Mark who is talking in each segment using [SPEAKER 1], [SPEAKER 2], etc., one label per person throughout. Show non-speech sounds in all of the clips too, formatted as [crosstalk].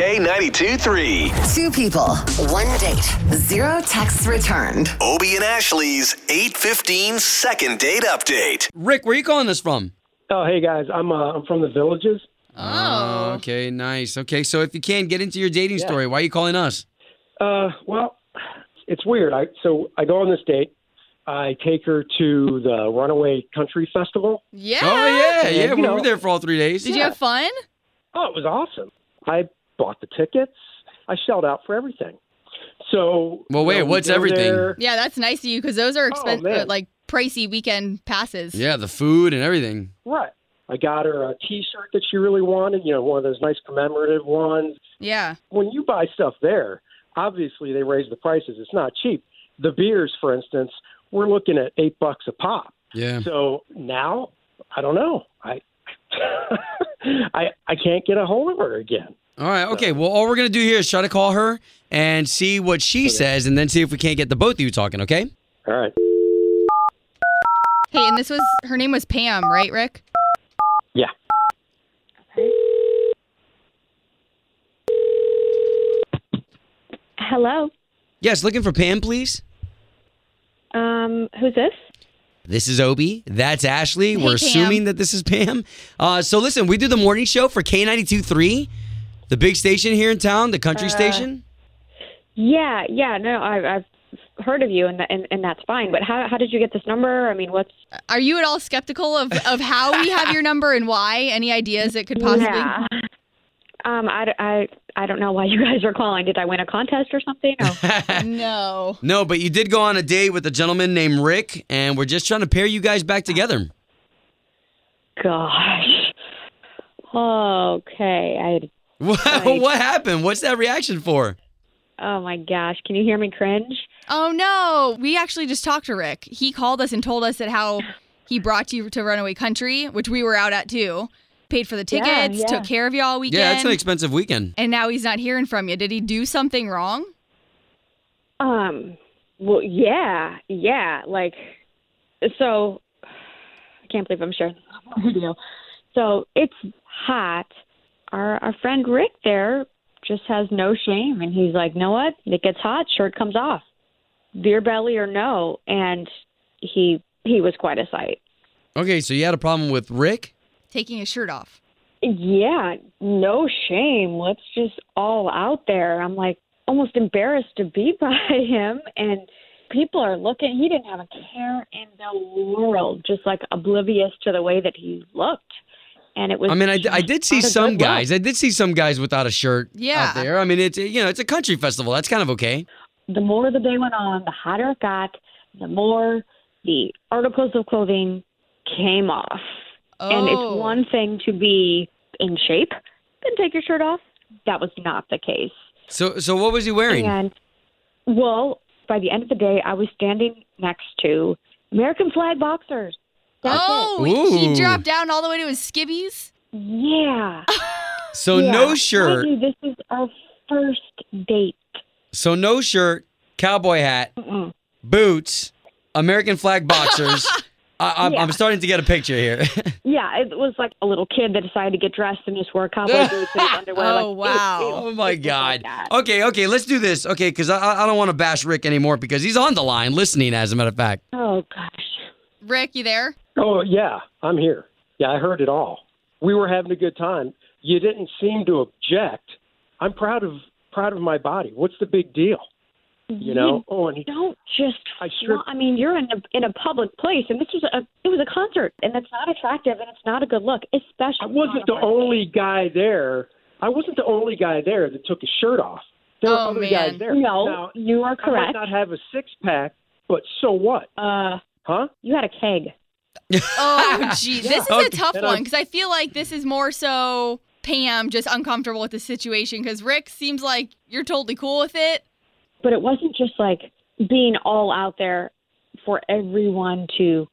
[SPEAKER 1] K92 3.
[SPEAKER 2] Two people, one date, zero texts returned.
[SPEAKER 1] Obie and Ashley's 815 second date update.
[SPEAKER 3] Rick, where are you calling this from?
[SPEAKER 4] Oh, hey guys, I'm uh, I'm from the villages.
[SPEAKER 3] Oh. Okay, nice. Okay, so if you can get into your dating story, why are you calling us?
[SPEAKER 4] Uh, well, it's weird. I so I go on this date. I take her to the Runaway Country Festival.
[SPEAKER 5] Yeah.
[SPEAKER 3] Oh yeah, yeah.
[SPEAKER 4] you
[SPEAKER 3] we
[SPEAKER 4] know-
[SPEAKER 3] were there for all three days.
[SPEAKER 5] Did you have fun?
[SPEAKER 4] Oh, it was awesome. I bought the tickets. I shelled out for everything. So
[SPEAKER 3] Well, wait,
[SPEAKER 4] you know, we
[SPEAKER 3] what's
[SPEAKER 4] go
[SPEAKER 3] everything?
[SPEAKER 4] there.
[SPEAKER 5] Yeah, that's nice of you because those
[SPEAKER 6] Oh,
[SPEAKER 5] are expensive,
[SPEAKER 4] man.
[SPEAKER 5] uh, like pricey weekend passes.
[SPEAKER 3] Yeah, the food and everything.
[SPEAKER 4] Right. I got her a T-shirt that she really wanted. You know, one of those nice commemorative ones.
[SPEAKER 5] Yeah.
[SPEAKER 4] when you buy stuff there, obviously they raise the prices. It's not cheap. The beers, for instance, we're looking at eight bucks a pop.
[SPEAKER 3] Yeah.
[SPEAKER 4] So now, I don't know. I [laughs] I I can't get a hold of her again.
[SPEAKER 3] All right. Okay. Well, all we're gonna do here is try to call her and see what she says, and then see if we can't get the both of you talking. Okay.
[SPEAKER 4] All right.
[SPEAKER 5] Hey, and this was her name was Pam, right, Rick?
[SPEAKER 4] Yeah.
[SPEAKER 6] Hello.
[SPEAKER 3] Yes. Looking for Pam, please.
[SPEAKER 6] Um, who's this?
[SPEAKER 3] This is Obi. That's Ashley.
[SPEAKER 5] Hey,
[SPEAKER 3] We're
[SPEAKER 5] Pam.
[SPEAKER 3] assuming that this is Pam. Uh, so listen, we do the morning show for K 923 the big station here in town, the country station.
[SPEAKER 6] Yeah, yeah. No, I, I've heard of you, and, and and that's fine. But how how did you get this number? I mean, what's
[SPEAKER 5] Are you at all skeptical of, of how we have your number and why? Any ideas it could possibly?
[SPEAKER 6] Yeah. Um, I, d- I, I don't know why you guys are calling. Did I win a contest or
[SPEAKER 3] [laughs]
[SPEAKER 6] something? Or,
[SPEAKER 5] No.
[SPEAKER 3] No, but you did go on a date with a gentleman named Rick, and we're just trying to pair you guys back together.
[SPEAKER 6] gosh. Okay.
[SPEAKER 3] [laughs] What,
[SPEAKER 6] Right.
[SPEAKER 3] what happened? What's that reaction for?
[SPEAKER 6] I. Oh my gosh. Can you hear me cringe?
[SPEAKER 5] Oh no. We actually just talked to Rick. He called us and told us that how he brought you to Runaway Country, which we were out at too. Paid for the tickets,
[SPEAKER 6] Yeah, yeah.
[SPEAKER 5] took care of you all weekend.
[SPEAKER 3] Yeah, it's an expensive weekend.
[SPEAKER 5] and now he's not hearing from you. Did he do something wrong?
[SPEAKER 6] Um. Well, yeah, yeah. Like, so I can't believe I'm sharing this on video. So it's hot. Our our friend Rick there just has no shame, and he's like, "Know what? It gets hot. Shirt comes off, beer belly or no." And he he was quite a sight.
[SPEAKER 3] Okay, so you had a problem with Rick?
[SPEAKER 5] Taking his shirt off.
[SPEAKER 6] Yeah, no shame. Let's just all out there. I'm like almost embarrassed to be [laughs] by him and people are looking he didn't have a care in the world, just like oblivious to the way that he looked. And it was
[SPEAKER 3] I mean, I, d- I did see some
[SPEAKER 6] guys.
[SPEAKER 3] guys. I did see some guys without a shirt
[SPEAKER 5] Yeah.
[SPEAKER 3] out there. I mean, it's you know, it's a country festival. That's kind of okay.
[SPEAKER 6] the more the day went on, the hotter it got, the more the articles of clothing came off. And
[SPEAKER 5] Oh.
[SPEAKER 6] it's one thing to be in shape, then take your shirt off. That was not the case.
[SPEAKER 3] So so what was he wearing?
[SPEAKER 6] And well, by the end of the day, I was standing next to American flag boxers. That's
[SPEAKER 5] oh,
[SPEAKER 3] it.
[SPEAKER 5] he
[SPEAKER 3] Ooh.
[SPEAKER 5] dropped down all the way to his skivvies.
[SPEAKER 6] it. Yeah.
[SPEAKER 3] So
[SPEAKER 6] yeah.
[SPEAKER 3] no
[SPEAKER 6] Mind
[SPEAKER 3] shirt.
[SPEAKER 6] you, this is our first date.
[SPEAKER 3] So no shirt, cowboy hat, boots, American flag
[SPEAKER 4] [laughs]
[SPEAKER 3] boxers. I, I'm, I'm starting to get a picture here. [laughs]
[SPEAKER 6] Yeah, it was like a little kid that decided to get dressed and just wore
[SPEAKER 5] [laughs]
[SPEAKER 6] cowboy boots and his underwear. like,
[SPEAKER 5] Oh,
[SPEAKER 6] ew,
[SPEAKER 5] wow.
[SPEAKER 6] ew.
[SPEAKER 3] oh my
[SPEAKER 6] Just like
[SPEAKER 3] god.
[SPEAKER 6] that.
[SPEAKER 3] Okay, okay, let's do this. Okay, because I I- I don't want to bash Rick anymore because he's on the line listening. As a matter of fact.
[SPEAKER 6] Oh gosh.
[SPEAKER 5] Rick, you there?
[SPEAKER 4] Oh yeah, I'm here. Yeah, I heard it all. We were having a good time. You didn't seem to object. I'm proud of proud of my body. What's the big deal? You know. Oh, and he,
[SPEAKER 6] Don't just
[SPEAKER 4] I
[SPEAKER 6] I,
[SPEAKER 4] sure-
[SPEAKER 6] I mean, you're in a in a public place and this was a it was a concert and that's not attractive and it's not a good look, especially
[SPEAKER 4] I wasn't
[SPEAKER 6] on
[SPEAKER 4] the
[SPEAKER 6] a birthday.
[SPEAKER 4] only guy there. I wasn't the only guy there that took his shirt off. There were
[SPEAKER 5] Oh,
[SPEAKER 4] other
[SPEAKER 5] man.
[SPEAKER 4] guys there.
[SPEAKER 6] No, [laughs]
[SPEAKER 4] Now,
[SPEAKER 6] you are
[SPEAKER 4] I might
[SPEAKER 6] correct.
[SPEAKER 4] not have a six pack, but so what?
[SPEAKER 6] Uh,
[SPEAKER 4] Huh?
[SPEAKER 6] you had a keg.
[SPEAKER 5] Oh, gee, this is a
[SPEAKER 3] Okay.
[SPEAKER 5] tough
[SPEAKER 4] And
[SPEAKER 5] one
[SPEAKER 4] I'm-
[SPEAKER 5] because I feel like this is more so Pam just uncomfortable with the situation? Because Rick seems like you're totally cool with it.
[SPEAKER 6] but it wasn't just like being all out there for everyone to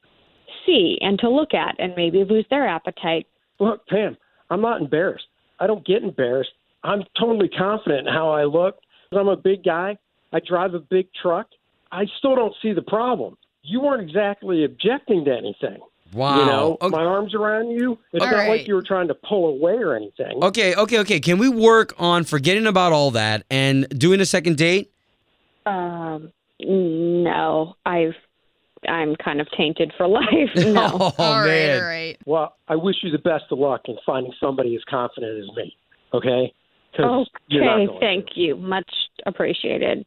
[SPEAKER 6] see and to look at and maybe lose their appetite.
[SPEAKER 4] Look, Pam, I'm not embarrassed. I don't get embarrassed. I'm totally confident in how I look. I'm a big guy. I drive a big truck. I still don't see the problem. You weren't exactly objecting to anything.
[SPEAKER 3] Wow.
[SPEAKER 4] You know,
[SPEAKER 3] Oh, Okay.
[SPEAKER 4] my arms around you. It's
[SPEAKER 5] All
[SPEAKER 4] not
[SPEAKER 5] right.
[SPEAKER 4] like you were trying to pull away or anything.
[SPEAKER 3] Okay, okay, okay. Can we work on forgetting about all that and doing a second date? [laughs]
[SPEAKER 6] Um, no, I've I'm kind of tainted for life. No.
[SPEAKER 3] Oh,
[SPEAKER 5] all right,
[SPEAKER 3] man.
[SPEAKER 5] all right.
[SPEAKER 4] Well, I wish you the best of luck in finding somebody as confident as me. Okay? 'Cause you're not
[SPEAKER 6] okay,
[SPEAKER 4] going
[SPEAKER 6] thank
[SPEAKER 4] to.
[SPEAKER 6] you. Much appreciated.